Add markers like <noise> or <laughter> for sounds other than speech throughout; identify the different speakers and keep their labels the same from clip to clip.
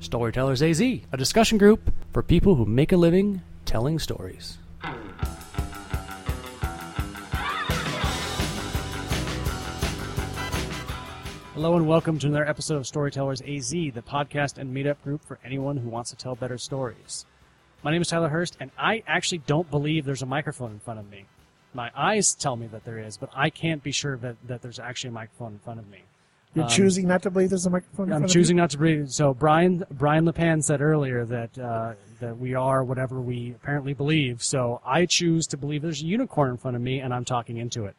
Speaker 1: Storytellers AZ, a discussion group for people who make a living telling stories.
Speaker 2: Hello and welcome to another episode of Storytellers AZ, the podcast and meetup group for anyone who wants to tell better stories. My name is Tyler Hurst, and I actually don't believe there's a microphone in front of me. My eyes tell me that there is, but I can't be sure that, that there's actually a microphone in front of me.
Speaker 3: You're
Speaker 2: Um,
Speaker 3: choosing not to believe there's a microphone. in front
Speaker 2: I'm
Speaker 3: of
Speaker 2: choosing not to breathe. So Brian Brian Lepan said earlier that uh, that we are whatever we apparently believe. So I choose to believe there's a unicorn in front of me, and I'm talking into it.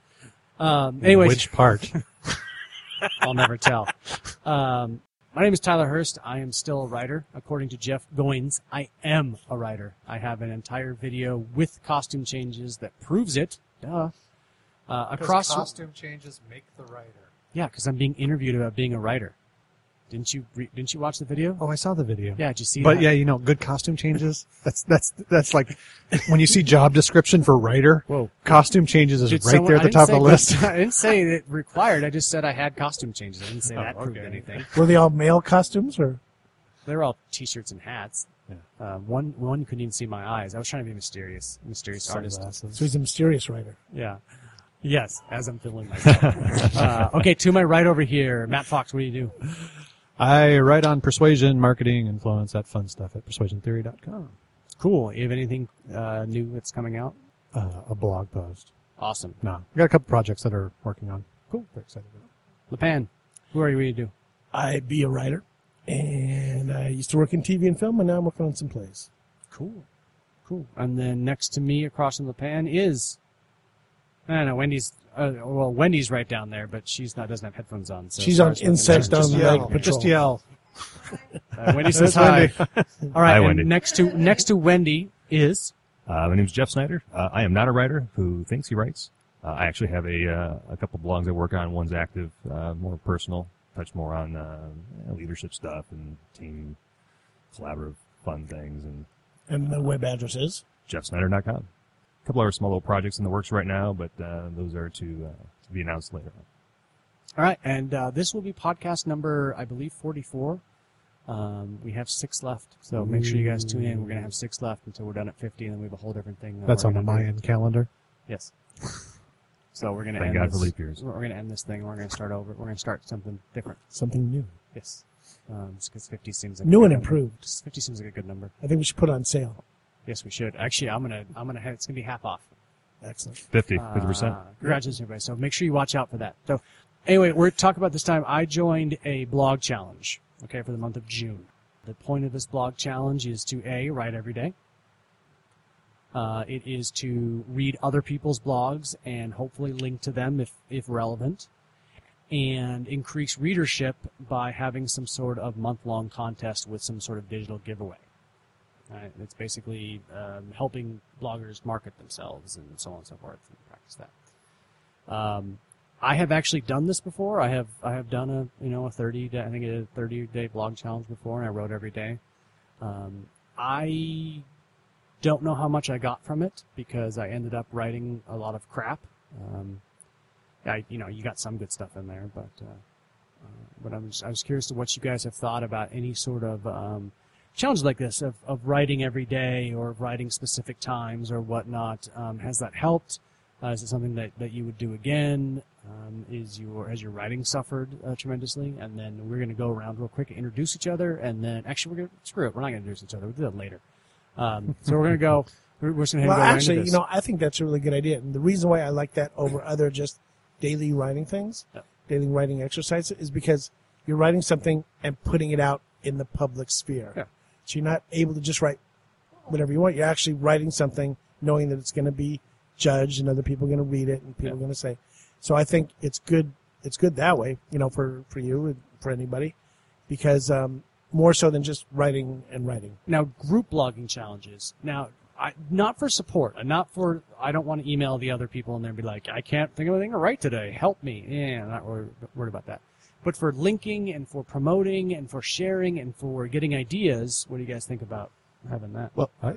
Speaker 2: Um, anyways,
Speaker 4: Which part?
Speaker 2: <laughs>
Speaker 4: <laughs>
Speaker 2: I'll never tell. Um, my name is Tyler Hurst. I am still a writer. According to Jeff Goins, I am a writer. I have an entire video with costume changes that proves it. Duh. Uh, across,
Speaker 5: Because costume changes make the writer.
Speaker 2: yeah, because I'm being interviewed about being a writer. Didn't you? Re- didn't you watch the video?
Speaker 4: Oh, I saw the video.
Speaker 2: Yeah, did you see?
Speaker 4: But
Speaker 2: that?
Speaker 4: yeah, you know, good costume changes. That's that's that's like when you see job description for writer,
Speaker 2: Whoa.
Speaker 4: costume changes is
Speaker 2: Did
Speaker 4: right
Speaker 2: someone-
Speaker 4: there
Speaker 2: I
Speaker 4: at the
Speaker 2: didn't
Speaker 4: top of the
Speaker 2: say
Speaker 4: list. <laughs>
Speaker 2: cus- <laughs> I didn't say it required. I just said I had costume changes. I didn't
Speaker 4: Oh,
Speaker 2: say that proved
Speaker 4: <laughs>
Speaker 2: anything.
Speaker 3: you? Were they all male costumes or?
Speaker 2: They were all t-shirts and hats. Uh, one one couldn't even see my eyes. I was trying to be mysterious, mysterious artist.
Speaker 3: So he's a mysterious writer.
Speaker 2: Yeah. Yes, as I'm filling
Speaker 4: <laughs>
Speaker 2: myself. uh, okay, to my right over here, Matt Fox. What do you do?
Speaker 4: I write on persuasion, marketing, influence, that fun stuff at persuasiontheory.com.
Speaker 2: Cool. You have anything uh, new that's coming out?
Speaker 4: Uh, a blog post.
Speaker 2: Awesome.
Speaker 4: No, I got a couple projects that are working on.
Speaker 2: Cool.
Speaker 4: Very excited about.
Speaker 2: Lepan, who are you? What do you do?
Speaker 3: I be a writer, and I used to work in TV and film, and now I'm working on some plays.
Speaker 2: Cool. Cool. And then next to me, across from the pan, is I don't know Wendy's. Uh, well, Wendy's right down there, but she's not doesn't have headphones on. So
Speaker 3: She's
Speaker 2: as far
Speaker 3: on
Speaker 2: as we're
Speaker 3: insect
Speaker 2: concerned,
Speaker 3: down
Speaker 2: just
Speaker 3: the
Speaker 2: yell.
Speaker 3: lake
Speaker 4: it.
Speaker 3: patrol.
Speaker 4: Just yell.
Speaker 2: <laughs> Uh,
Speaker 3: <laughs>
Speaker 2: Wendy says hi.
Speaker 4: That's
Speaker 2: All right.
Speaker 6: Hi,
Speaker 2: and
Speaker 6: Wendy.
Speaker 2: Next to next to Wendy is
Speaker 6: Uh, my name is Jeff Snyder. Uh, I am not a writer who thinks he writes. Uh, I actually have a uh, a couple blogs I work on. One's active, uh, more personal, touch more on uh, leadership stuff and team collaborative fun things, and
Speaker 3: And the web address is.
Speaker 6: JeffSnyder.com. A couple other small little projects in the works right now, but uh, those are to, uh, to be announced later. on.
Speaker 2: all right, and uh, this will be podcast number I believe forty four. Um, we have six left, so make sure you guys tune in. We're gonna have six left until we're done at fifty, and then we have a whole different thing. that we're
Speaker 4: on
Speaker 2: gonna
Speaker 4: the
Speaker 2: do.
Speaker 4: Mayan calendar.
Speaker 2: Yes. So we're gonna
Speaker 6: Thank
Speaker 2: end
Speaker 6: God for
Speaker 2: this-
Speaker 6: leap years.
Speaker 2: We're gonna end this thing. We're gonna start over. We're gonna start something different.
Speaker 3: Something new.
Speaker 2: Yes. Um, because 50 seems like a
Speaker 3: New
Speaker 2: good
Speaker 3: and
Speaker 2: number.
Speaker 3: improved.
Speaker 2: Just 50 seems like a good number.
Speaker 3: I think we should put on sale.
Speaker 2: Yes, we should. Actually, I'm gonna, I'm gonna have, it's gonna be half off.
Speaker 3: Excellent.
Speaker 6: 50,
Speaker 2: Uh,
Speaker 6: 50%.
Speaker 2: Congratulations, everybody. So make sure you watch out for that. So anyway, we're talking about this time. I joined a blog challenge, okay, for the month of June. The point of this blog challenge is to A, write every day. Uh, it is to read other people's blogs and hopefully link to them if, if relevant. And increase readership by having some sort of month long contest with some sort of digital giveaway. Right? It's basically um, helping bloggers market themselves and so on and so forth and practice that. Um, I have actually done this before. I have I have done a you know a thirty day, I think a thirty day blog challenge before, and I wrote every day. Um, I don't know how much I got from it because I ended up writing a lot of crap. Um, I you know you got some good stuff in there, but uh, uh, but I was I was curious to what you guys have thought about any sort of um, challenge like this of, of writing every day or of writing specific times or whatnot. Um, has that helped? Uh, is it something that, that you would do again? Um, is your has your writing suffered uh, tremendously? And then we're going to go around real quick and introduce each other, and then actually we're going to screw it. We're not going to introduce each other. We'll do that later. Um, so we're going to go. We're, we're just going to
Speaker 3: well,
Speaker 2: go
Speaker 3: actually,
Speaker 2: right into
Speaker 3: you
Speaker 2: this.
Speaker 3: know, I think that's a really good idea. And the reason why I like that
Speaker 2: <clears throat>
Speaker 3: over other just daily writing things,
Speaker 2: Yeah.
Speaker 3: daily writing exercises, is because you're writing something and putting it out in the public sphere.
Speaker 2: Yeah.
Speaker 3: So you're not able to just write whatever you want. You're actually writing something knowing that it's going to be judged and other people are going to read it and people are going to say. So I think it's good. It's good that way, you know, for, for you and for anybody, because um, more so than just writing and writing.
Speaker 2: Now, group blogging challenges. Now, I, not for support, and not for. I don't want to email the other people and then be like, I can't think of anything to write today. Help me. Yeah, I'm not worried, worried about that. But for linking and for promoting and for sharing and for getting ideas, what do you guys think about having that?
Speaker 6: Well, I,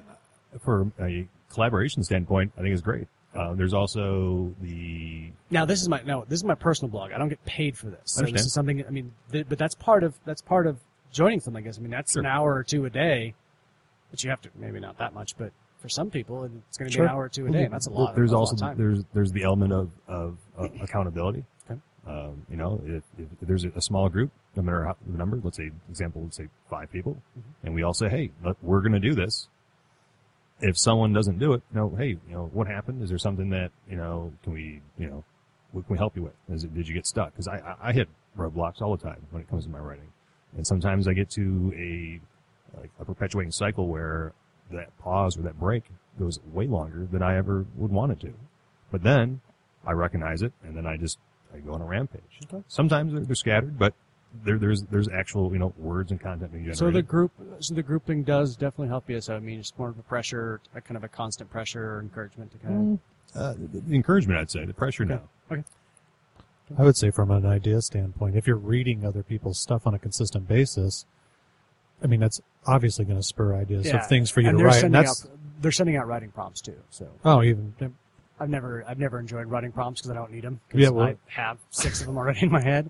Speaker 6: for a collaboration standpoint, I think it's great. Uh, there's also the
Speaker 2: Now, this is my no, this is my personal blog. I don't get paid for this. So this
Speaker 6: Understand.
Speaker 2: is something. I mean, th- but that's part of that's part of joining something like this. I mean, that's
Speaker 6: Sure.
Speaker 2: an hour or two a day, but you have to maybe not that much, but for some people, it's going to
Speaker 3: Sure.
Speaker 2: be an hour or two a day, and that's a
Speaker 6: Well,
Speaker 2: lot.
Speaker 6: There's
Speaker 2: that's a lot
Speaker 6: also
Speaker 2: of time.
Speaker 6: there's there's the element of of, uh,
Speaker 2: <clears throat>
Speaker 6: accountability.
Speaker 2: Okay.
Speaker 6: Um, you know, if, if there's a small group, no matter how the number, let's say example, let's say five people,
Speaker 2: Mm-hmm.
Speaker 6: and we all say, "Hey, look, we're going to do this." If someone doesn't do it, no, hey, you know, what happened? Is there something that you know? Can we, you know, what can we help you with? Is it, did you get stuck? Because I, I I hit roadblocks all the time when it comes to my writing, and sometimes I get to a like a perpetuating cycle where that pause or that break goes way longer than I ever would want it to. But then I recognize it, and then I just I go on a rampage. Sometimes they're, they're scattered, but there, there's there's actual you know words and content being generated.
Speaker 2: So the group, so the grouping does definitely help you. So I mean, it's more of a pressure, a kind of a constant pressure or encouragement to kind
Speaker 4: Mm.
Speaker 6: uh, the the encouragement, I'd say, the pressure now.
Speaker 4: I would say from an idea standpoint, if you're reading other people's stuff on a consistent basis, I mean that's obviously going to spur
Speaker 2: of
Speaker 4: ideas
Speaker 2: Yeah.
Speaker 4: of things for you
Speaker 2: and
Speaker 4: to
Speaker 2: they're
Speaker 4: write. And
Speaker 2: Sending
Speaker 4: that's
Speaker 2: out, they're sending out writing prompts too. So
Speaker 4: oh, even
Speaker 2: I've never, I've never enjoyed writing prompts because I don't need them.
Speaker 4: Yeah, well-
Speaker 2: I have six of them already in my head.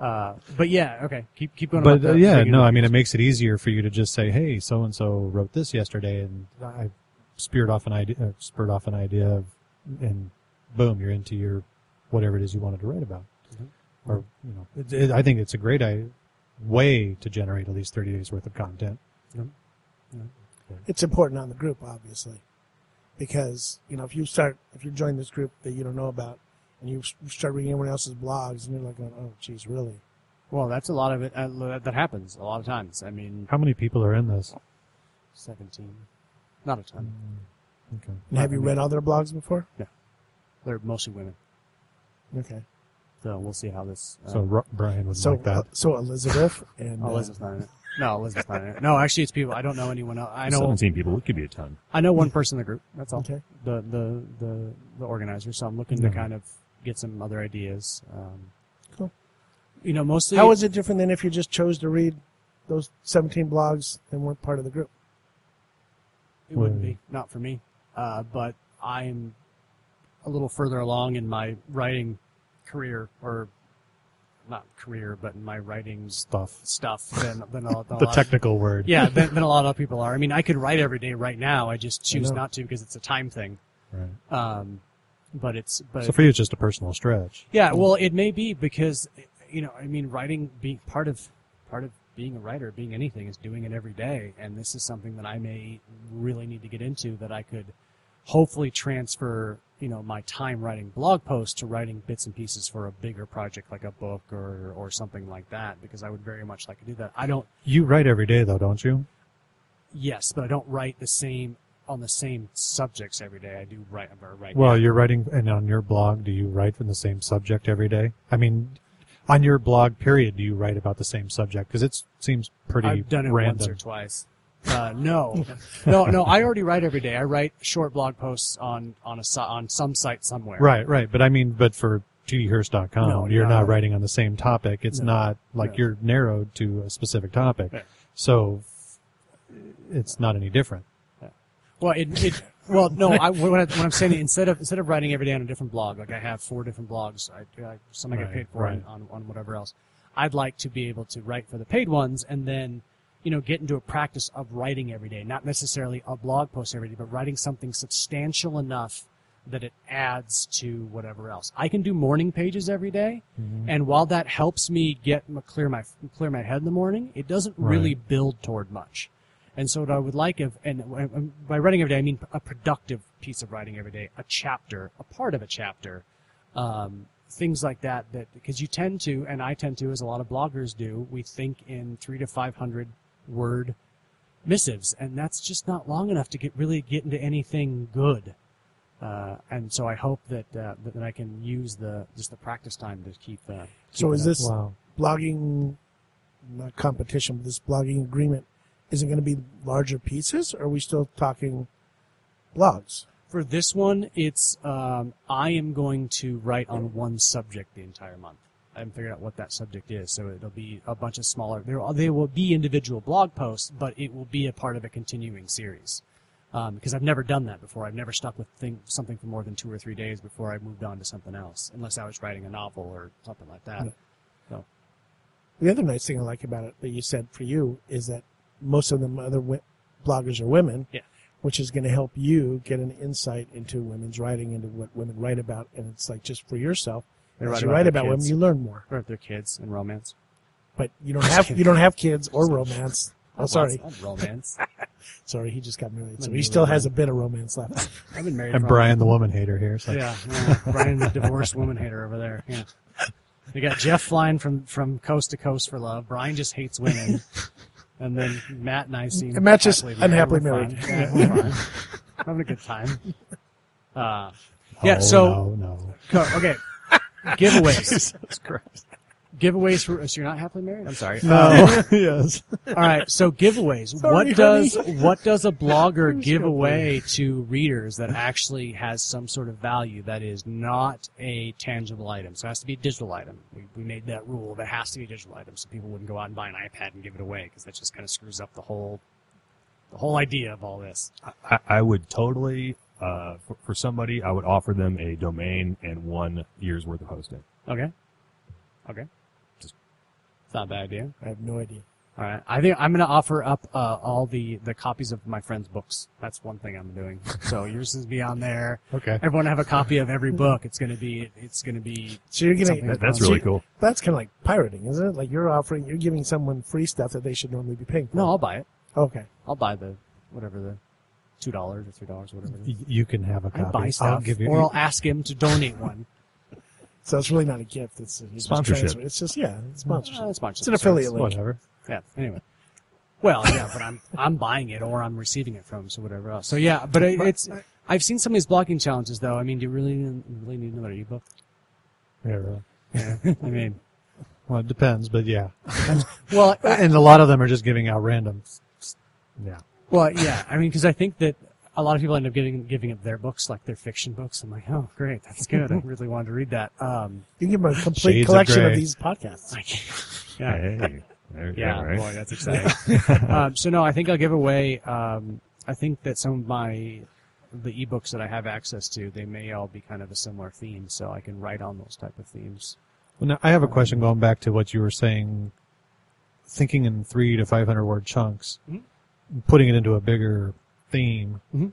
Speaker 2: Uh, but yeah, okay, keep keep going.
Speaker 4: but
Speaker 2: about
Speaker 4: uh,
Speaker 2: the
Speaker 4: yeah,
Speaker 2: bringing
Speaker 4: no,
Speaker 2: the
Speaker 4: I mean
Speaker 2: reviews.
Speaker 4: it makes it easier for you to just say, "Hey, so and so wrote this yesterday," and I speared off an idea, uh, spurred off an idea, of, and boom, you're into your whatever it is you wanted to write about.
Speaker 2: Mhm.
Speaker 4: Or you know, it, it, I think it's a great I, way to generate at least thirty days worth of content.
Speaker 3: it's important on the group, obviously, because you know if you start if you join this group that you don't know about and you s- start reading everyone else's blogs and you're like, going, oh, geez, really?
Speaker 2: Well, that's a lot of it. Uh, that happens a lot of times. I mean,
Speaker 4: How many people are in this?
Speaker 2: seventeen, not a ton.
Speaker 4: Okay.
Speaker 3: And have you read all their blogs before?
Speaker 2: They're mostly women.
Speaker 3: Okay,
Speaker 2: So we'll see how this. Uh,
Speaker 4: So Ro- Brian would
Speaker 3: so
Speaker 4: like that.
Speaker 3: so Elizabeth and
Speaker 2: oh,
Speaker 3: uh,
Speaker 2: Elizabeth's not in it. No, Elizabeth's not in it. No, actually, it's people. I don't know anyone else. I know.
Speaker 6: seventeen people. It could be a ton.
Speaker 2: I know one person in the group. That's all.
Speaker 3: okay,
Speaker 2: The the the the organizer. So I'm looking
Speaker 4: Yeah.
Speaker 2: to kind of get some other ideas. Um,
Speaker 3: Cool.
Speaker 2: You know, mostly.
Speaker 3: how is it different than if you just chose to read those 17 blogs and weren't part of the group?
Speaker 2: It wouldn't be not for me. Uh, but I'm a little further along in my writing career, or not career, but in my writing
Speaker 4: Stuff.
Speaker 2: stuff than than a, than a
Speaker 4: <laughs> The
Speaker 2: lot of-
Speaker 4: technical word.
Speaker 2: yeah, than, than a lot of people are. I mean, I could write every day right now. I just choose
Speaker 3: know.
Speaker 2: not to because it's a time thing.
Speaker 4: Right.
Speaker 2: Um, but it's but
Speaker 4: So for you, it's just a personal stretch.
Speaker 2: yeah. Well, it may be because you know, I mean, writing being part of part of being a writer, being anything, is doing it every day. And this is something that I may really need to get into that I could hopefully transfer you know my time writing blog posts to writing bits and pieces for a bigger project like a book or or something like that because I would very much like to do that. I don't
Speaker 4: You write every day though, don't you?
Speaker 2: Yes, but I don't write the same on the same subjects every day. I do write or write.
Speaker 4: Well, you're writing, and on your blog, do you write from the same subject every day? I mean, on your blog, period, do you write about the same subject? Because it seems pretty
Speaker 2: I've done it
Speaker 4: random.
Speaker 2: once or twice. Uh,
Speaker 4: <laughs>
Speaker 2: no, no, no. I already write every day. I write short blog posts on on a si- on some site somewhere.
Speaker 4: Right, right. But I mean, but for tdhurst.com,
Speaker 2: No,
Speaker 4: you're
Speaker 2: no.
Speaker 4: not writing on the same topic. It's
Speaker 2: No,
Speaker 4: not like
Speaker 2: no.
Speaker 4: you're narrowed to a specific topic.
Speaker 2: Yeah.
Speaker 4: So it's not any different.
Speaker 2: Well, it, it well no. I when, I, when I'm saying it, instead of instead of writing every day on a different blog, like I have four different blogs. I, I some I get
Speaker 4: Right,
Speaker 2: paid for
Speaker 4: right.
Speaker 2: and on on whatever else. I'd like to be able to write for the paid ones and then. You know, get into a practice of writing every day, not necessarily a blog post every day, but writing something substantial enough that it adds to whatever else. I can do morning pages every day, and while that helps me get m- clear my clear my head in the morning, it doesn't really build toward much. And so what I would like if and w- w- by writing every day I mean a productive piece of writing every day, a chapter, a part of a chapter, um, things like that. That because you tend to, and I tend to, as a lot of bloggers do, we think in three to five hundred word missives, and that's just not long enough to get really get into anything good. Uh, and so I hope that, uh, that that I can use the just the practice time to keep. Uh,
Speaker 3: So
Speaker 2: keep
Speaker 3: is
Speaker 2: it up.
Speaker 3: this
Speaker 4: Wow.
Speaker 3: blogging not competition, but this blogging agreement, is it going to be larger pieces, or are we still talking blogs?
Speaker 2: for this one? It's um, I am going to write on one subject the entire month. I haven't figured out what that subject is, so it'll be a bunch of smaller. There are- they will be individual blog posts, but it will be a part of a continuing series. Um, because I've never done that before. I've never stuck with thing, something for more than two or three days before I moved on to something else, unless I was writing a novel or something like that.
Speaker 3: The other nice thing I like about it that you said for you is that most of them other wi- bloggers are women,
Speaker 2: Yeah.
Speaker 3: which is going to help you get an insight into women's writing, into what women write about, and it's like just for yourself.
Speaker 2: They
Speaker 3: As
Speaker 2: write
Speaker 3: you
Speaker 2: about
Speaker 3: write
Speaker 2: their
Speaker 3: about women,
Speaker 2: kids.
Speaker 3: you learn more.
Speaker 2: Or if they're kids and romance.
Speaker 3: But you
Speaker 2: <laughs>
Speaker 3: don't have you don't have kids or romance. Oh, sorry,
Speaker 2: Lots of romance.
Speaker 3: sorry. He just got married, so
Speaker 2: I'm
Speaker 3: he
Speaker 2: really
Speaker 3: still has a
Speaker 2: mad.
Speaker 3: bit of romance left.
Speaker 2: <laughs> I've been married.
Speaker 4: And
Speaker 2: for-
Speaker 4: Brian, the woman hater here. So
Speaker 2: Yeah, yeah, Brian, the divorced woman hater over there. Yeah. We got Jeff flying from, from coast to coast for love. Brian just hates women. And then Matt and I seem
Speaker 3: And Matt just
Speaker 2: happily
Speaker 3: unhappily
Speaker 2: married.
Speaker 3: married.
Speaker 2: We're fine. Yeah, we're fine. We're having a good time. Uh, yeah,
Speaker 4: Oh,
Speaker 2: so-
Speaker 4: no, no.
Speaker 2: co- okay. Giveaways.
Speaker 6: Jesus Christ.
Speaker 2: Giveaways for, so you're not happily married? I'm sorry.
Speaker 4: No. yes.
Speaker 2: All right. So giveaways.
Speaker 3: Sorry,
Speaker 2: what does, what does a blogger give away to readers that actually has some sort of value that is not a tangible item? So it has to be a digital item. We, we made that rule that it has to be a digital item so people wouldn't go out and buy an iPad and give it away because that just kind of screws up the whole, the whole idea of all this.
Speaker 6: I, I would totally, uh, for, for somebody, I would offer them a domain and one year's worth of hosting.
Speaker 2: Okay. Okay. Just, it's not a bad idea.
Speaker 3: <laughs> I have no idea.
Speaker 2: All right. I think I'm going to offer up uh, all the, the copies of my friend's books. That's one thing I'm doing. So yours is be on there.
Speaker 4: Okay.
Speaker 2: Everyone have a copy of every book. It's going to be it's going to be
Speaker 3: So you're
Speaker 2: Something
Speaker 3: gonna
Speaker 6: That, that's really cool.
Speaker 3: that's kind of like pirating, isn't it? Like you're offering, you're giving someone free stuff that they should normally be paying for.
Speaker 2: no. I'll buy it.
Speaker 3: Okay.
Speaker 2: I'll buy the whatever the two dollars or three dollars whatever. It is.
Speaker 4: Y- You can have a
Speaker 2: I
Speaker 4: copy.
Speaker 2: buy stuff,
Speaker 4: will give you. e
Speaker 2: or
Speaker 4: <laughs>
Speaker 2: I'll ask him to donate one.
Speaker 3: So it's really not a gift. It's it's just
Speaker 6: Sponsorship.
Speaker 3: transfer. It's just yeah, it's sponsorship.
Speaker 2: Uh, it's sponsorship.
Speaker 3: It's an affiliate
Speaker 2: Sorry.
Speaker 3: link.
Speaker 4: whatever.
Speaker 2: Yeah. Anyway. Well, yeah, but I'm I'm buying it or I'm receiving it from so whatever else. So yeah, but it, it's I've seen some of these blocking challenges though. I mean, do you really you really need another ebook? <laughs>
Speaker 4: Yeah, really.
Speaker 2: I mean,
Speaker 4: Well, it depends, but yeah.
Speaker 2: well,
Speaker 4: And a lot of them are just giving out random. s- s- Yeah.
Speaker 2: Well, yeah, I mean, because I think that a lot of people end up giving giving up their books, like their fiction books. I'm like, oh, great, that's good. I really wanted to read that. Um,
Speaker 3: You can give them a complete
Speaker 4: Shades of
Speaker 3: collection of,
Speaker 4: gray.
Speaker 3: these podcasts.
Speaker 2: like, <laughs> yeah,
Speaker 6: Hey. There,
Speaker 2: <laughs> yeah,
Speaker 6: all right.
Speaker 2: boy, that's exciting. um, so no, I think I'll give away. Um, I think that some of my the ebooks that I have access to, they may all be kind of a similar theme, so I can write on those type of themes.
Speaker 4: Well, now, I have a question going back to what you were saying, thinking in three to 500 word chunks,
Speaker 2: Mhm.
Speaker 4: putting it into a bigger theme.
Speaker 2: Mhm.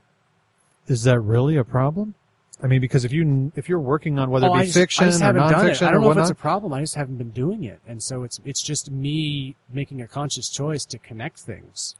Speaker 4: Is that really a problem? I mean, because if you if you're working on whether
Speaker 2: Oh,
Speaker 4: it be
Speaker 2: I just- I
Speaker 4: fiction
Speaker 2: just
Speaker 4: or
Speaker 2: haven't done it.
Speaker 4: nonfiction
Speaker 2: I don't know
Speaker 4: or
Speaker 2: if
Speaker 4: whatnot,
Speaker 2: it's a problem. I just haven't been doing it, and so it's it's just me making a conscious choice to connect things.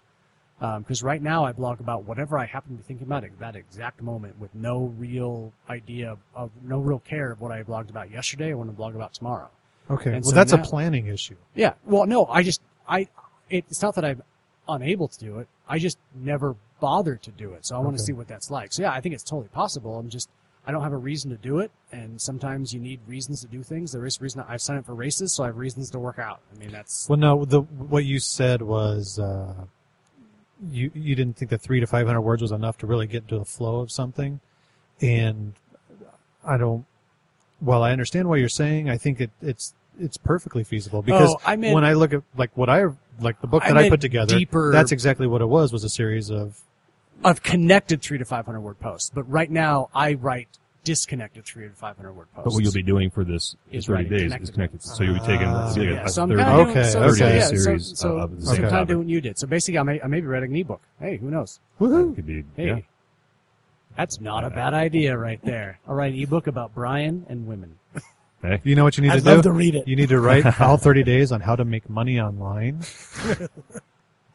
Speaker 2: Because right now I blog about whatever I happen to be thinking about at that exact moment, with no real idea of, of no real care of what I blogged about yesterday or what I blog about tomorrow.
Speaker 4: okay,
Speaker 2: and
Speaker 4: well
Speaker 2: so
Speaker 4: that's
Speaker 2: now-
Speaker 4: a planning issue.
Speaker 2: Yeah. Well, no, I just I it, it's not that I'm unable to do it. I just never bothered to do it. So I want
Speaker 4: Okay.
Speaker 2: to see what that's like. So yeah, I think it's totally possible. I'm just I don't have a reason to do it, and sometimes you need reasons to do things. There is reason I've signed up for races, so I have reasons to work out. I mean, that's
Speaker 4: Well, no, the what you said was uh, you you didn't think that three to five hundred words was enough to really get into the flow of something, and I don't. While I understand what you're saying, I think it, it's it's perfectly feasible because
Speaker 2: Oh, I meant-
Speaker 4: when I look at like what I like the book
Speaker 2: I
Speaker 4: that I,
Speaker 2: meant
Speaker 4: put together,
Speaker 2: deeper-
Speaker 4: that's exactly what it was was a series of
Speaker 2: I've connected three to five hundred word posts, but right now I write disconnected three to five hundred word posts.
Speaker 6: But what you'll be doing for this
Speaker 2: Is
Speaker 6: 30
Speaker 2: writing
Speaker 6: days
Speaker 2: connected
Speaker 6: is connected. So you'll be taking
Speaker 4: Ah.
Speaker 6: it's like a,
Speaker 2: yeah,
Speaker 6: a
Speaker 2: so I'm
Speaker 6: 30,
Speaker 2: kind of
Speaker 4: Okay,
Speaker 2: doing, so,
Speaker 4: okay.
Speaker 2: so, yeah, so,
Speaker 6: series
Speaker 2: so,
Speaker 6: of the
Speaker 2: so
Speaker 6: same
Speaker 2: kind of
Speaker 6: topic.
Speaker 2: doing what you did. So basically, I may, I may be writing an ebook. Hey, who knows?
Speaker 6: It could be,
Speaker 2: Hey,
Speaker 6: yeah.
Speaker 2: that's not
Speaker 4: Uh,
Speaker 2: a bad idea right there. I'll write an ebook about Brian and women.
Speaker 6: Hey.
Speaker 4: you know what you need
Speaker 3: I'd
Speaker 4: to
Speaker 3: love
Speaker 4: do.
Speaker 3: to read it.
Speaker 4: you need to
Speaker 2: <laughs>
Speaker 4: write all 30 days on how to make money online.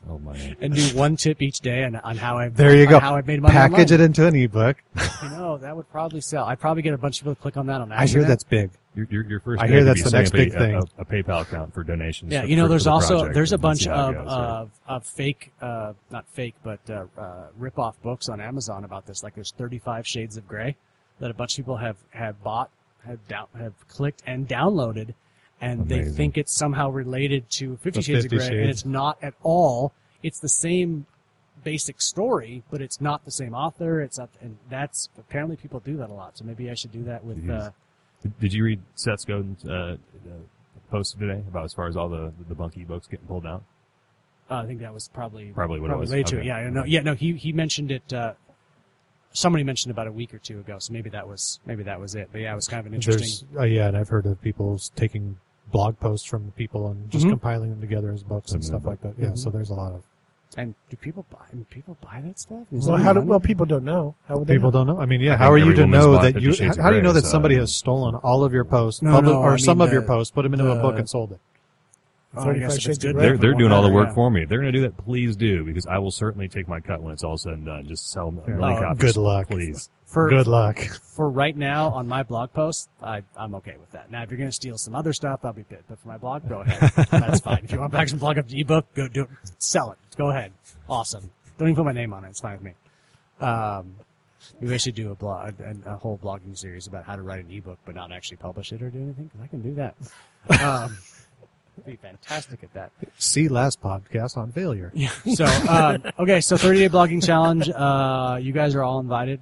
Speaker 6: Oh my.
Speaker 2: And do one tip each day on, on how I've
Speaker 4: There you
Speaker 2: on
Speaker 4: go.
Speaker 2: How I've made money.
Speaker 4: Package
Speaker 2: online.
Speaker 4: it into an ebook.
Speaker 2: You know that would probably sell. I'd probably get a bunch of people to click on that on
Speaker 4: I hear
Speaker 2: accident.
Speaker 4: that's big.
Speaker 6: Your, your, your first
Speaker 4: I
Speaker 6: day
Speaker 4: hear
Speaker 6: could
Speaker 4: that's
Speaker 6: be
Speaker 4: the
Speaker 6: setting
Speaker 4: next
Speaker 6: up a-
Speaker 4: big
Speaker 6: a-
Speaker 4: thing.
Speaker 6: A, a PayPal account for donations.
Speaker 2: Yeah,
Speaker 6: for-
Speaker 2: you know,
Speaker 6: for-
Speaker 2: there's
Speaker 6: for the
Speaker 2: also
Speaker 6: project
Speaker 2: there's a
Speaker 6: and then
Speaker 2: bunch
Speaker 6: see how
Speaker 2: of
Speaker 6: it goes, yeah.
Speaker 2: of, of fake, uh, not fake, but uh, uh, rip-off books on Amazon about this. Like there's 35 Shades of Gray that a bunch of people have have bought, have down, have clicked and downloaded, and they
Speaker 6: Amazing.
Speaker 2: think it's somehow related to Fifty
Speaker 4: The
Speaker 2: Shades
Speaker 4: 50
Speaker 2: of Gray, and
Speaker 4: Shades.
Speaker 2: it's not at all. It's the same basic story, but it's not the same author. It's not, and that's apparently people do that a lot. So maybe I should do that with.
Speaker 6: Jeez.
Speaker 2: Uh,
Speaker 6: Did, did you read Seth Godin's uh, uh, post today about as far as all the the bunk ebooks getting pulled down?
Speaker 2: Uh, I think that was probably
Speaker 6: Probably what it was.
Speaker 2: related to it.
Speaker 6: Okay.
Speaker 2: Yeah, yeah, no, yeah, no. He he mentioned it. Uh, somebody mentioned about a week or two ago, so maybe that was maybe that was it. But yeah, it was kind of an interesting.
Speaker 4: There's, uh, yeah, and I've heard of people s- taking blog posts from people and just
Speaker 2: Mhm.
Speaker 4: compiling them together as books and
Speaker 6: Mhm.
Speaker 4: stuff like that. Yeah, so there's a lot of
Speaker 2: And do people buy? I mean, people buy that stuff? Is
Speaker 3: Well,
Speaker 2: there
Speaker 3: how do,
Speaker 2: money?
Speaker 3: well, people don't know. How would they
Speaker 4: people
Speaker 3: know?
Speaker 4: don't know. I mean, yeah,
Speaker 6: I
Speaker 4: how are
Speaker 6: think
Speaker 4: you
Speaker 6: every
Speaker 4: to
Speaker 6: woman's
Speaker 4: know
Speaker 6: bought
Speaker 4: that
Speaker 6: Fifty
Speaker 4: you?
Speaker 6: Shades of
Speaker 4: How do you know
Speaker 6: Grey,
Speaker 4: that
Speaker 6: so-
Speaker 4: somebody has stolen all of your posts,
Speaker 2: No,
Speaker 4: public,
Speaker 2: no,
Speaker 4: or
Speaker 2: I
Speaker 4: some
Speaker 2: mean
Speaker 4: of your
Speaker 2: the-
Speaker 4: posts, put them into a book
Speaker 2: the-
Speaker 4: and sold it?
Speaker 2: Oh, I
Speaker 3: 35
Speaker 2: guess if
Speaker 3: Shades
Speaker 2: it's
Speaker 3: of
Speaker 2: good,
Speaker 3: Grey.
Speaker 6: They're,
Speaker 2: for
Speaker 6: they're
Speaker 2: one
Speaker 6: doing all the
Speaker 2: hour,
Speaker 6: work
Speaker 2: yeah.
Speaker 6: for me. If they're going to do that, please do, because I will certainly take my cut when it's all said and done. Just sell me a million
Speaker 2: Oh,
Speaker 6: copies.
Speaker 4: good luck.
Speaker 6: Please.
Speaker 2: For,
Speaker 4: Good luck. <laughs>
Speaker 2: for right now on my blog post, I, I'm okay with that. Now, if you're going to steal some other stuff, I'll be pissed. But for my blog, go ahead. That's fine. If you want Paxton Blog up to ebook, go do it. Sell it. Go ahead. Awesome. Don't even put my name on it. It's fine with me. Um, maybe I should do a blog, a, a whole blogging series about how to write an ebook, but not actually publish it or do anything, because I can do that. Um, be fantastic at that.
Speaker 4: See last podcast on failure.
Speaker 2: Yeah. So um, okay, so 30 day blogging challenge. Uh, you guys are all invited.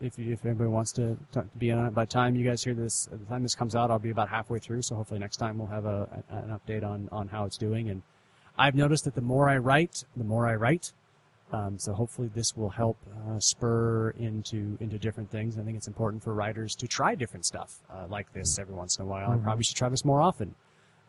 Speaker 2: If you, if anybody wants to t- be in on it, by the time you guys hear this, by the time this comes out, I'll be about halfway through. So hopefully next time we'll have a an update on on how it's doing. And I've noticed that the more I write, the more I write. Um, so hopefully this will help uh, spur into into different things. I think it's important for writers to try different stuff uh, like this every once in a while. I probably should try this more often.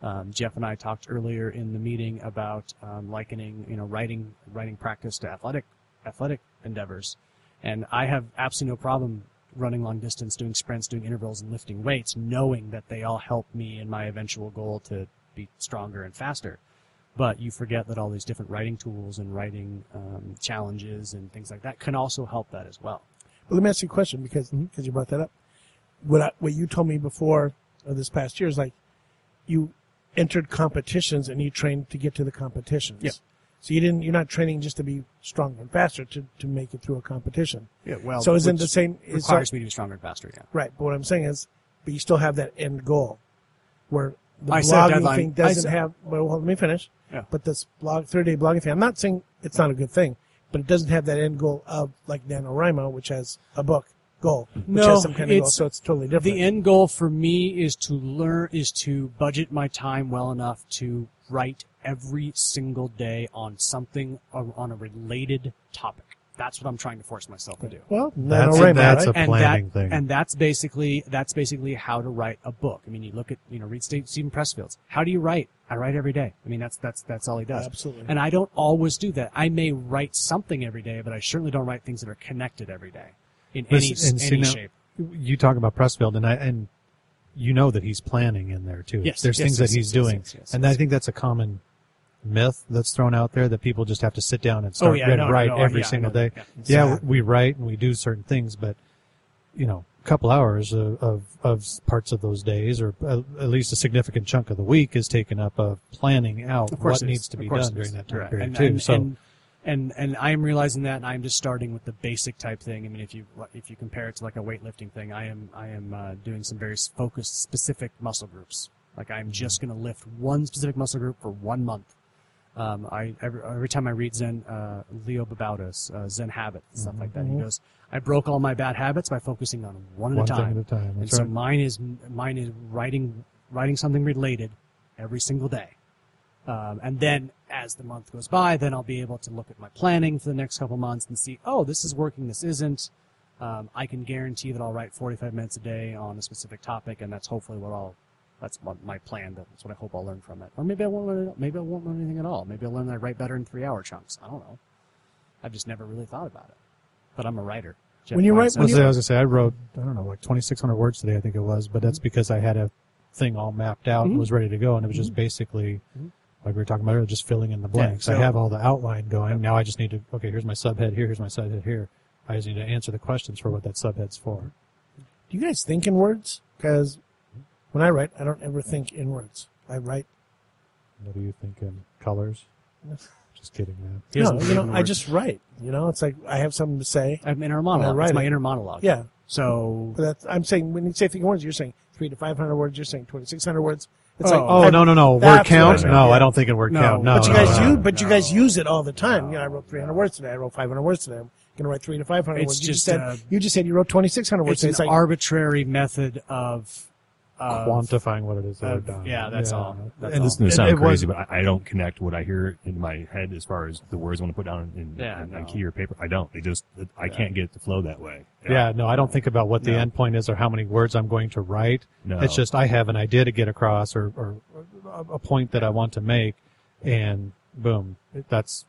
Speaker 2: Um, Jeff and I talked earlier in the meeting about um, likening, you know, writing writing practice to athletic athletic endeavors, and I have absolutely no problem running long distance, doing sprints, doing intervals, and lifting weights, knowing that they all help me in my eventual goal to be stronger and faster. But you forget that all these different writing tools and writing um, challenges and things like that can also help that as well.
Speaker 3: Well, let me ask you a question because because you brought that up. What I, what you told me before of this past year is like you entered competitions and you trained to get to the competitions.
Speaker 2: Yeah.
Speaker 3: So you didn't. You're not training just to be stronger and faster to, to make it through a competition.
Speaker 2: Yeah, well,
Speaker 3: so isn't the same? Is
Speaker 2: requires me to be stronger and faster. Yeah.
Speaker 3: right. But what I'm saying is, but you still have that end goal, where the
Speaker 2: I said
Speaker 3: blogging
Speaker 2: deadline.
Speaker 3: thing
Speaker 2: I
Speaker 3: doesn't
Speaker 2: said-
Speaker 3: have. Well, hold- let me finish.
Speaker 2: Yeah.
Speaker 3: But this blog, 30 day blogging thing. I'm not saying it's not a good thing, but it doesn't have that end goal of like NaNoWriMo, which has a book goal, which
Speaker 2: No,
Speaker 3: has some kind of goal.
Speaker 2: it's-
Speaker 3: So it's totally different.
Speaker 2: The end goal for me is to learn, is to budget my time well enough to write every single day on something or on a related topic. That's what I'm trying to force myself to do.
Speaker 3: Well,
Speaker 4: That's-
Speaker 3: NaNoWriMo,
Speaker 4: that's
Speaker 3: right?
Speaker 4: a- planning
Speaker 2: that,
Speaker 4: thing.
Speaker 2: And that's basically that's basically how to write a book. I mean, you look at you know read Ste- Stephen Pressfield's. How do you write? I write every day. I mean, that's that's that's all he does.
Speaker 3: Absolutely.
Speaker 2: And I don't always do that. I may write something every day, but I certainly don't write things that are connected every day in any
Speaker 4: Listen, and see
Speaker 2: any
Speaker 4: now-
Speaker 2: shape.
Speaker 4: You talk about Pressfield, and I and you know that he's planning in there too.
Speaker 2: Yes,
Speaker 4: there's
Speaker 2: yes,
Speaker 4: things
Speaker 2: yes,
Speaker 4: that
Speaker 2: yes,
Speaker 4: he's
Speaker 2: yes,
Speaker 4: doing,
Speaker 2: yes, yes,
Speaker 4: and I think that's a common myth that's thrown out there that people just have to sit down and
Speaker 2: Oh,
Speaker 4: start
Speaker 2: yeah,
Speaker 4: and
Speaker 2: no, no,
Speaker 4: write
Speaker 2: no,
Speaker 4: every
Speaker 2: yeah, I
Speaker 4: single
Speaker 2: know
Speaker 4: day.
Speaker 2: that,
Speaker 4: Yeah, we write and we do certain things, but you know, a couple hours of, of of parts of those days, or uh, at least a significant chunk of the week, is taken up of planning out
Speaker 2: Of course
Speaker 4: what
Speaker 2: it is.
Speaker 4: needs to
Speaker 2: Of
Speaker 4: be
Speaker 2: course
Speaker 4: done
Speaker 2: it is.
Speaker 4: during that time
Speaker 2: Correct.
Speaker 4: period
Speaker 2: and,
Speaker 4: too.
Speaker 2: And,
Speaker 4: so.
Speaker 2: and, and and I'm realizing that, and I'm just starting with the basic type thing. I mean, if you if you compare it to like a weightlifting thing, I am I am uh, doing some very s- focused, specific muscle groups. Like I'm
Speaker 4: Mm-hmm.
Speaker 2: just going to lift one specific muscle group for one month. Um, I every, every time I read Zen uh, Leo Babautas, uh, Zen Habits, and stuff like that, he goes, "I broke all my bad habits by focusing on one, at
Speaker 4: Mm-hmm. One
Speaker 2: a
Speaker 4: thing
Speaker 2: time."
Speaker 4: at a time,
Speaker 2: And
Speaker 4: that's
Speaker 2: so
Speaker 4: right.
Speaker 2: mine is mine is writing writing something related every single day. Um, and then as the month goes by, then I'll be able to look at my planning for the next couple months and see, oh, this is working, this isn't. Um, I can guarantee that I'll write 45 minutes a day on a specific topic, and that's hopefully what I'll. That's my, my plan. That's what I hope I'll learn from it. Or maybe I won't learn. It, maybe I won't learn anything at all. Maybe I'll learn that I write better in three-hour chunks. I don't know. I've just never really thought about it. But I'm a writer. Jeff
Speaker 3: When you
Speaker 2: Weinstein.
Speaker 4: Well,
Speaker 3: When
Speaker 4: so
Speaker 3: you-
Speaker 4: I was gonna say I wrote I don't know like 2,600 words today I think it was, but
Speaker 3: Mm-hmm.
Speaker 4: that's because I had a thing all mapped out
Speaker 2: Mhm.
Speaker 4: and was ready to go, and it was
Speaker 3: Mm-hmm.
Speaker 4: just basically like we were talking about earlier, just filling in the blanks.
Speaker 2: so-
Speaker 4: I have all the outline going. Now I just need to okay, here's my subhead here, here's my subhead here. I just need to answer the questions for what that subhead's for.
Speaker 3: Do you guys think in words? Because when I write, I don't ever think in words. I write.
Speaker 4: What do you think in
Speaker 3: <laughs>
Speaker 4: colors? Just kidding, man.
Speaker 2: He doesn't
Speaker 3: no,
Speaker 2: think
Speaker 3: you
Speaker 2: in
Speaker 3: know, I
Speaker 2: words.
Speaker 3: just write. You know, it's like I have something to say.
Speaker 2: I have an inner monologue.
Speaker 3: write
Speaker 2: It's my
Speaker 3: it.
Speaker 2: inner monologue.
Speaker 3: Yeah.
Speaker 2: So
Speaker 3: But that's, I'm saying when you say think in words, you're saying three to five hundred words. You're saying twenty six hundred words. It's like
Speaker 4: Oh
Speaker 3: I-
Speaker 4: no no no word
Speaker 3: that's
Speaker 4: count?
Speaker 3: what I-
Speaker 4: No,
Speaker 3: yeah.
Speaker 4: I don't think in word
Speaker 2: No.
Speaker 4: count. No,
Speaker 3: but you
Speaker 4: no,
Speaker 3: guys
Speaker 4: no,
Speaker 3: <laughs> use,
Speaker 4: no.
Speaker 3: but you guys
Speaker 2: no.
Speaker 3: use it all the time. You know, I wrote 300 words today. I wrote 500 words today. I'm going to write three to 500
Speaker 2: It's
Speaker 3: words. you
Speaker 2: just,
Speaker 3: said
Speaker 2: uh,
Speaker 3: you just said you wrote 2,600 words.
Speaker 2: it's
Speaker 3: today.
Speaker 2: an
Speaker 3: It's like
Speaker 2: arbitrary method of,
Speaker 3: Uh,
Speaker 2: of
Speaker 4: quantifying what it is that
Speaker 2: of-
Speaker 4: we've done.
Speaker 2: yeah, that's all. That's
Speaker 4: And
Speaker 2: all.
Speaker 6: This is going
Speaker 4: it-
Speaker 6: to sound
Speaker 4: it was-
Speaker 6: crazy, but I, I don't connect what I hear in my head as far as the words I want to put down in,
Speaker 2: Yeah,
Speaker 6: in
Speaker 2: no.
Speaker 6: a key or paper. I don't. They just, I can't get it to flow that way.
Speaker 4: Yeah, no, I don't think about what the
Speaker 6: No.
Speaker 4: end point is or how many words I'm going to write.
Speaker 6: No.
Speaker 4: It's just I have an idea to get across or, or a, a point that I want to make, and boom, that's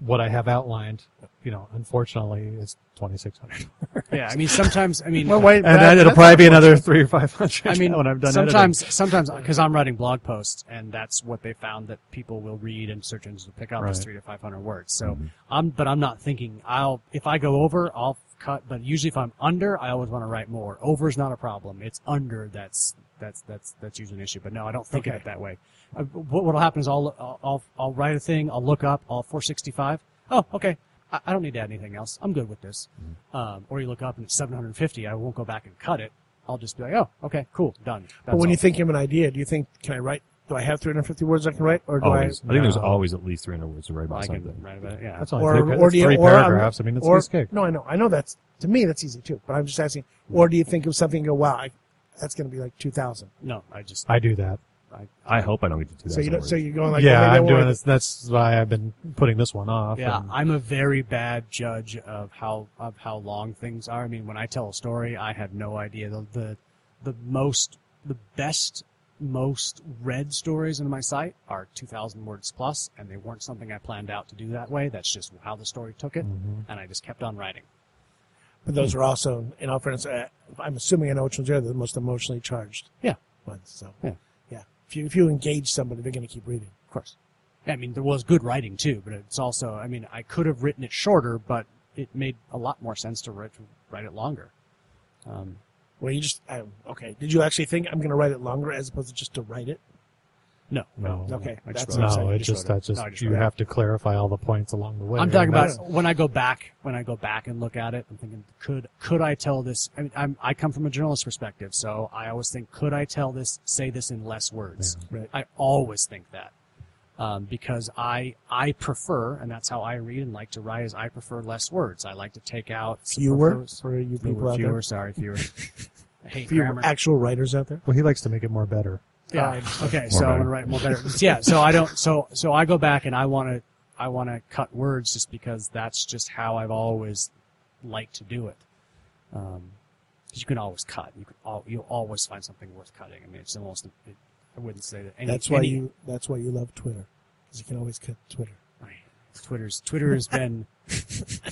Speaker 4: what I have outlined. You know, unfortunately, it's twenty six hundred,
Speaker 2: Yeah, I mean sometimes I mean
Speaker 3: Well, wait,
Speaker 4: and then it'll
Speaker 3: that's-
Speaker 4: probably be another three or five hundred.
Speaker 2: I mean,
Speaker 4: <laughs> when I'm done
Speaker 2: sometimes, sometimes, because I'm writing blog posts, and that's what they found that people will read and search engines will pick up is
Speaker 4: Right.
Speaker 2: three to five hundred words. So
Speaker 3: Mm-hmm.
Speaker 2: I'm, but I'm not thinking I'll if I go over, I'll cut. But usually, if I'm under, I always want to write more. Over is not a problem. It's under that's that's that's that's usually an issue. But no, I don't think of
Speaker 3: Okay.
Speaker 2: it that way. I, what what'll happen is I'll, I'll I'll I'll write a thing. I'll look up. I'll 465. Oh, okay. I, I don't need to add anything else. I'm good with this.
Speaker 3: Mm-hmm.
Speaker 2: Um, or you look up and it's 750. I won't go back and cut it. I'll just be like, oh, okay, cool, done.
Speaker 3: But
Speaker 2: That's
Speaker 3: when you
Speaker 2: all.
Speaker 3: think of an idea, do you think, can I write? Do I have 350 words I can write, or do
Speaker 4: Oh,
Speaker 6: Always.
Speaker 3: I?
Speaker 6: I, think there's
Speaker 4: No.
Speaker 6: always at least 300 words to write about
Speaker 2: I
Speaker 6: something.
Speaker 2: can write about it. Yeah.
Speaker 4: That's only
Speaker 3: Or,
Speaker 4: three,
Speaker 3: or
Speaker 4: that's
Speaker 3: do you,
Speaker 4: three
Speaker 3: or I'm-
Speaker 4: paragraphs. I mean, it's
Speaker 3: or,
Speaker 4: piece of cake.
Speaker 3: no, I know, I know that's to me that's easy too. But I'm just asking, or do you think of something and go, wow, I, that's going to be like 2,000?
Speaker 2: No, I just
Speaker 4: I do that.
Speaker 6: I hope I don't get to do that.
Speaker 3: So you don't, so you're going like,
Speaker 4: yeah,
Speaker 3: okay,
Speaker 4: I'm
Speaker 3: don't worry.
Speaker 4: doing this. That's why I've been putting this one off.
Speaker 2: Yeah,
Speaker 4: and-
Speaker 2: I'm a very bad judge of how of how long things are. I mean, when I tell a story, I have no idea the the, the most the best most read stories in my site are 2,000 words plus, and they weren't something I planned out to do that way. That's just how the story took it,
Speaker 6: Mm-hmm.
Speaker 4: Mhm.
Speaker 2: and I just kept on writing.
Speaker 3: But those are also, in all fairness, uh, I'm assuming I know which ones are the most emotionally charged.
Speaker 2: Yeah.
Speaker 3: Ones. So
Speaker 2: Yeah.
Speaker 3: yeah. If you if you engage somebody, they're going to keep reading.
Speaker 2: Of course, I mean there was good writing too, but it's also I mean I could have written it shorter, but it made a lot more sense to write to write it longer. Um,
Speaker 3: Well, you just I, okay. Did you actually think I'm going to write it longer as opposed to just to write it?
Speaker 2: no,
Speaker 4: No.
Speaker 3: Okay,
Speaker 2: I just
Speaker 3: that's
Speaker 2: wrote it.
Speaker 3: what I'm
Speaker 4: No,
Speaker 3: saying.
Speaker 4: it
Speaker 2: just
Speaker 4: just
Speaker 2: wrote it.
Speaker 4: that just
Speaker 2: No, I just
Speaker 4: you
Speaker 2: wrote it.
Speaker 4: have to clarify all the points along the way.
Speaker 2: I'm talking
Speaker 4: and
Speaker 2: about
Speaker 4: that's-
Speaker 2: when I go back. When I go back and look at it, I'm thinking, could could I tell this? I mean, I'm, I come from a journalist perspective, so I always think, could I tell this? Say this in less words.
Speaker 3: Right.
Speaker 2: I always think that um, because I I prefer, and that's how I read and like to write. Is I prefer less words. I like to take out
Speaker 3: Fewer
Speaker 2: superfluous-
Speaker 3: for you people out
Speaker 2: fewer.
Speaker 3: there.
Speaker 2: Sorry,
Speaker 3: <laughs>
Speaker 2: fewer. I hate
Speaker 3: Fewer
Speaker 2: grammar.
Speaker 3: actual writers out there.
Speaker 4: Well, he likes to make it more better.
Speaker 2: Yeah. Uh, okay. So
Speaker 6: better.
Speaker 2: I'm gonna write more better. yeah. So I don't. So so I go back and I want to I want to cut words just because that's just how I've always liked to do it. Um, 'cause you can always cut. You can al- you'll always find something worth cutting. I mean, it's almost. It, I wouldn't say that. Any,
Speaker 3: that's why
Speaker 2: any-
Speaker 3: you. That's why you love Twitter, because you can always cut Twitter.
Speaker 2: Twitter's Twitter has been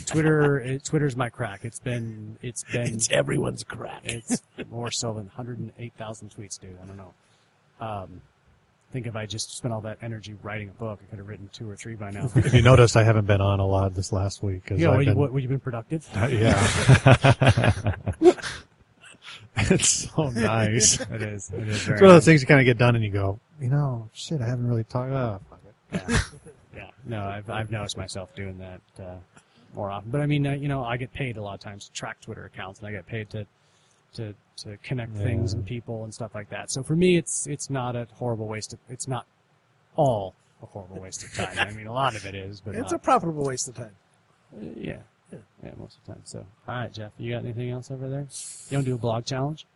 Speaker 2: Twitter. It, Twitter's my crack. It's been. It's been.
Speaker 3: It's everyone's crack.
Speaker 2: It's more so than 108,000 tweets, dude. I don't know. Um, I think if I just spent all that energy writing a book, I could have written two or three by
Speaker 4: <laughs>
Speaker 2: now.
Speaker 4: If you notice, I haven't been on a lot this last week. 'cause
Speaker 2: yeah,
Speaker 4: I've
Speaker 2: what, you-
Speaker 4: been-
Speaker 2: what, what you been productive?
Speaker 4: yeah,
Speaker 2: <laughs>
Speaker 4: it's so <laughs>
Speaker 2: <laughs>
Speaker 4: nice.
Speaker 2: it is. It is
Speaker 4: It's one of
Speaker 2: very
Speaker 4: those things you kind of get done and you go, you know, shit, I haven't really talked. Uh, fuck it.
Speaker 2: yeah. No, I've, I've noticed myself doing that uh, more often. But I mean, uh, you know, I get paid a lot of times to track Twitter accounts, and I get paid to to to connect
Speaker 4: Yeah.
Speaker 2: things and people and stuff like that. So for me, it's it's not a horrible waste. Of, it's not all a horrible waste of time. I mean, a lot of it is,
Speaker 4: <laughs>
Speaker 2: but
Speaker 3: It's
Speaker 2: not-
Speaker 3: a profitable waste of time.
Speaker 2: Uh, Yeah. Yeah, most of the time. So, all right, Jeff, you got anything else over there? You don't do a blog challenge?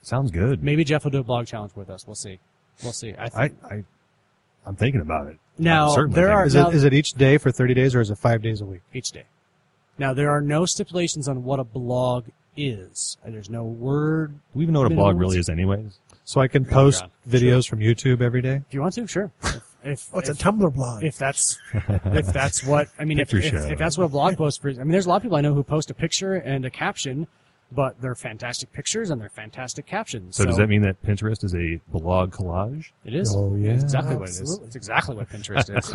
Speaker 6: Sounds good.
Speaker 2: Maybe Jeff will do a blog challenge with us. We'll see. We'll see. I
Speaker 6: I,
Speaker 2: think
Speaker 6: I, I'm thinking about it.
Speaker 2: now
Speaker 6: I'm certainly
Speaker 2: there are
Speaker 4: Is
Speaker 2: now,
Speaker 4: it is it each day for thirty days or is it five days a week?
Speaker 2: each day. Now there are no stipulations on what a blog is. Uh, There's no word.
Speaker 6: Do we even know what a
Speaker 2: Minimum
Speaker 6: blog really is, anyways?
Speaker 4: So I can post
Speaker 2: God.
Speaker 4: videos from YouTube every day.
Speaker 2: If you want to, sure. If if,
Speaker 3: Oh, it's
Speaker 2: if,
Speaker 3: a Tumblr blog.
Speaker 2: if that's if that's what I mean, if,
Speaker 6: Picture
Speaker 2: if,
Speaker 6: show.
Speaker 2: if that's what a blog post for, I mean, there's a lot of people I know who post a picture and a caption, but they're fantastic pictures and they're fantastic captions.
Speaker 6: So, does that mean that Pinterest is a blog collage?
Speaker 2: It is.
Speaker 4: Oh, yeah.
Speaker 2: It's exactly what it is.
Speaker 3: Absolutely.
Speaker 2: It's exactly what Pinterest is.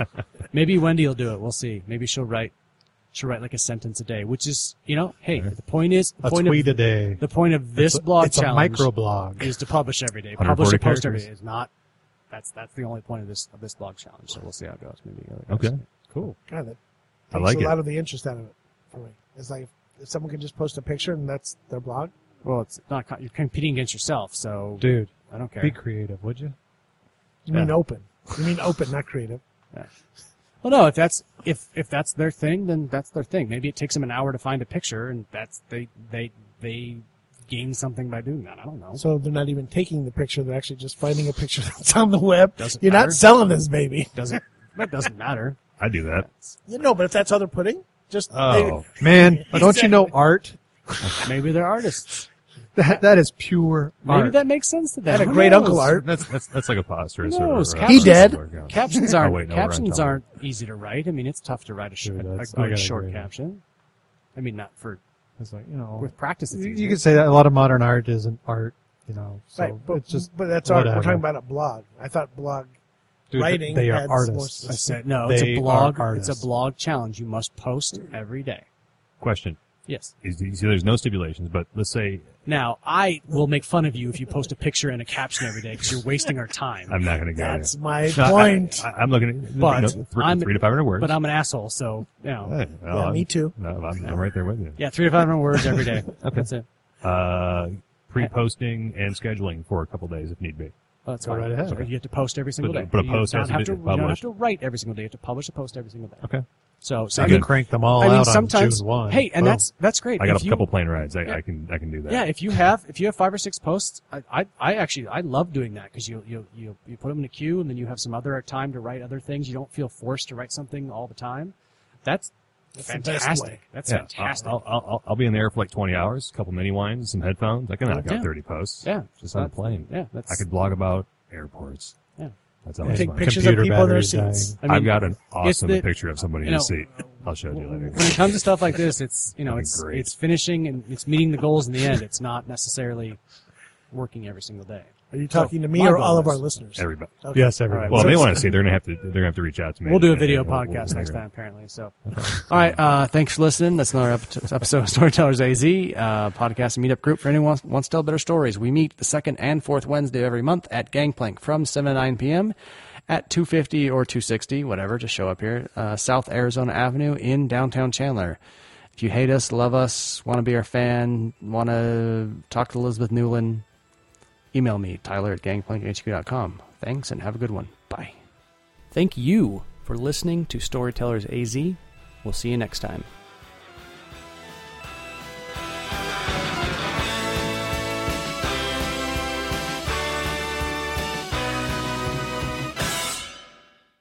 Speaker 2: Maybe Wendy will do it. We'll see. Maybe she'll write. She'll write like a sentence a day, which is, you know, hey, the point is, the
Speaker 4: A
Speaker 2: point
Speaker 4: tweet
Speaker 2: of
Speaker 4: a day.
Speaker 2: the point of this blog
Speaker 4: it's a
Speaker 2: challenge
Speaker 4: micro blog.
Speaker 2: is to publish every day. Publish a
Speaker 6: 140
Speaker 2: post every day.
Speaker 6: characters.
Speaker 2: It's not. That's that's the only point of this of this blog challenge. So we'll see how it goes. Maybe. it goes.
Speaker 6: Okay. Cool.
Speaker 3: God, that
Speaker 6: I
Speaker 3: takes
Speaker 6: like
Speaker 3: a
Speaker 6: it.
Speaker 3: lot of the interest out of it for me. It's like if someone can just post a picture and that's their blog.
Speaker 2: Well, it's not. co- You're competing against yourself, so
Speaker 4: Dude,
Speaker 2: I don't care.
Speaker 4: be creative, would you?
Speaker 3: You
Speaker 2: Yeah.
Speaker 3: mean open? You mean open, not creative?
Speaker 2: Well, no, if that's if if that's their thing, then that's their thing. Maybe it takes them an hour to find a picture, and that's they they they gain something by doing that. I don't know.
Speaker 3: So they're not even taking the picture; they're actually just finding a picture <laughs> that's on the web.
Speaker 2: Doesn't
Speaker 3: You're
Speaker 2: matter.
Speaker 3: not selling this baby.
Speaker 2: doesn't <laughs> that doesn't matter.
Speaker 6: I do that.
Speaker 3: You know, but if that's how they're putting, just
Speaker 6: Oh,
Speaker 4: Man, don't you know art?
Speaker 2: Maybe they're artists.
Speaker 4: That, that is pure
Speaker 2: Maybe
Speaker 4: art.
Speaker 2: that makes sense to them.
Speaker 3: Had a
Speaker 2: Who
Speaker 3: great
Speaker 2: knows?
Speaker 3: uncle art.
Speaker 6: That's that's that's like a posters.
Speaker 2: Who
Speaker 6: or-
Speaker 2: knows?
Speaker 6: or,
Speaker 2: He
Speaker 3: dead.
Speaker 6: or-
Speaker 4: <laughs>
Speaker 2: Captions
Speaker 6: Oh,
Speaker 2: aren't
Speaker 6: wait, no, we're on
Speaker 2: captions
Speaker 6: television.
Speaker 2: aren't easy to write. I mean, it's tough to write a, sh-
Speaker 4: Sure,
Speaker 2: a- a
Speaker 4: that's- I
Speaker 2: good
Speaker 4: gotta
Speaker 2: short
Speaker 4: agree.
Speaker 2: caption. I mean, not for
Speaker 4: It's like you know,
Speaker 2: with practice. It's
Speaker 4: you,
Speaker 2: easy.
Speaker 4: you could say that a lot of modern art isn't art. You know, so
Speaker 3: right, but,
Speaker 4: it's just
Speaker 3: but that's art. We're
Speaker 4: whatever.
Speaker 3: talking about a blog. I thought blog.
Speaker 4: dude,
Speaker 3: writing
Speaker 4: They are
Speaker 3: adds more
Speaker 4: artists.
Speaker 2: I said no. It's
Speaker 4: They
Speaker 2: a
Speaker 4: are
Speaker 2: blog. It's
Speaker 4: artists.
Speaker 2: a blog challenge. You must post every day.
Speaker 6: Question:
Speaker 2: Yes.
Speaker 6: Is the- so there's no stipulations, but let's say
Speaker 2: Now I will make fun of you if you post a picture and a caption every day because you're wasting our time.
Speaker 6: I'm not going to go there.
Speaker 3: That's my
Speaker 6: No, <laughs> I-
Speaker 3: point.
Speaker 6: I, am looking at
Speaker 2: But
Speaker 6: you know, three,
Speaker 2: I'm-
Speaker 6: three to five hundred words.
Speaker 2: but I'm an asshole, so you know.
Speaker 6: Hey, well,
Speaker 3: yeah,
Speaker 6: I'm-
Speaker 3: me too.
Speaker 6: No, I'm, I'm right there with you.
Speaker 2: Yeah, three to five hundred words every
Speaker 6: <laughs>
Speaker 2: day. That's it.
Speaker 6: Uh, pre-posting and scheduling for a couple days if need be.
Speaker 2: Well, that's
Speaker 4: Go
Speaker 2: fine.
Speaker 4: right ahead.
Speaker 2: Okay, You have to post every single
Speaker 6: But-
Speaker 2: day.
Speaker 6: but a
Speaker 2: You
Speaker 6: post
Speaker 2: don't
Speaker 6: has to
Speaker 2: have
Speaker 6: be
Speaker 2: to- You don't have
Speaker 6: published.
Speaker 2: to write every single day. You have to publish a post every single day.
Speaker 6: Okay.
Speaker 2: So, so
Speaker 4: You
Speaker 2: I
Speaker 4: can
Speaker 2: mean,
Speaker 4: crank them all
Speaker 2: I mean,
Speaker 4: out on
Speaker 2: sometimes.
Speaker 4: June one.
Speaker 2: Hey, and
Speaker 4: Boom.
Speaker 2: that's that's great.
Speaker 6: I got
Speaker 2: If
Speaker 6: a
Speaker 2: you-
Speaker 6: couple plane rides. I,
Speaker 2: Yeah.
Speaker 6: I can I can do that.
Speaker 2: Yeah, if you have if you have five or six posts, I I, I actually I love doing that because you you you you put them in a queue and then you have some other time to write other things. You don't feel forced to write something all the time. That's,
Speaker 3: That's the best
Speaker 2: fantastic.
Speaker 3: way.
Speaker 2: That's
Speaker 6: Yeah,
Speaker 2: fantastic.
Speaker 6: I'll, I'll, I'll, I'll be in there for like 20 hours, a couple mini wines, some headphones. I can knock
Speaker 2: Yeah.
Speaker 6: out 30 posts.
Speaker 2: yeah,
Speaker 6: Just on a plane.
Speaker 2: Yeah, that's.
Speaker 6: I could blog about airports.
Speaker 2: Yeah.
Speaker 6: That's always
Speaker 3: Take
Speaker 6: fun.
Speaker 3: pictures of
Speaker 4: Computer
Speaker 3: people in their
Speaker 4: batteries dying.
Speaker 3: seats.
Speaker 2: I mean,
Speaker 6: I've got an awesome
Speaker 2: the-
Speaker 6: picture of somebody
Speaker 2: you
Speaker 6: in a
Speaker 2: know,
Speaker 6: seat. I'll show it to you later.
Speaker 2: when it comes to stuff like this, it's you know
Speaker 6: That'd be
Speaker 2: it's
Speaker 6: great.
Speaker 2: it's finishing and it's meeting the goals in the end. It's not necessarily working every single day.
Speaker 3: Are you talking to me
Speaker 2: my
Speaker 3: or
Speaker 2: goal
Speaker 3: all of
Speaker 2: is-
Speaker 3: our listeners?
Speaker 6: Everybody.
Speaker 3: Okay.
Speaker 4: yes,
Speaker 2: All
Speaker 4: everyone.
Speaker 2: right,
Speaker 6: Well,
Speaker 2: so-
Speaker 6: they want to see. They're gonna have to. They're gonna have to reach out to me.
Speaker 2: We'll do a
Speaker 6: And-
Speaker 2: video
Speaker 6: and we'll- we'll
Speaker 2: podcast
Speaker 6: figure
Speaker 2: next
Speaker 6: it out.
Speaker 2: time, apparently. So, all right. Uh, thanks for listening. That's another ep- episode of Storytellers AZ uh, podcast and meetup group for anyone who wants, wants to tell better stories. We meet the second and fourth Wednesday of every month at Gangplank from seven to nine p.m. at two fifty or two sixty, whatever, to show up here, uh, South Arizona Avenue in downtown Chandler. If you hate us, love us, want to be our fan, want to talk to Elizabeth Newland, email me Tyler at gangplankhq.com. Thanks and have a good one. Bye.
Speaker 1: Thank you for listening to Storytellers AZ. We'll see you next time.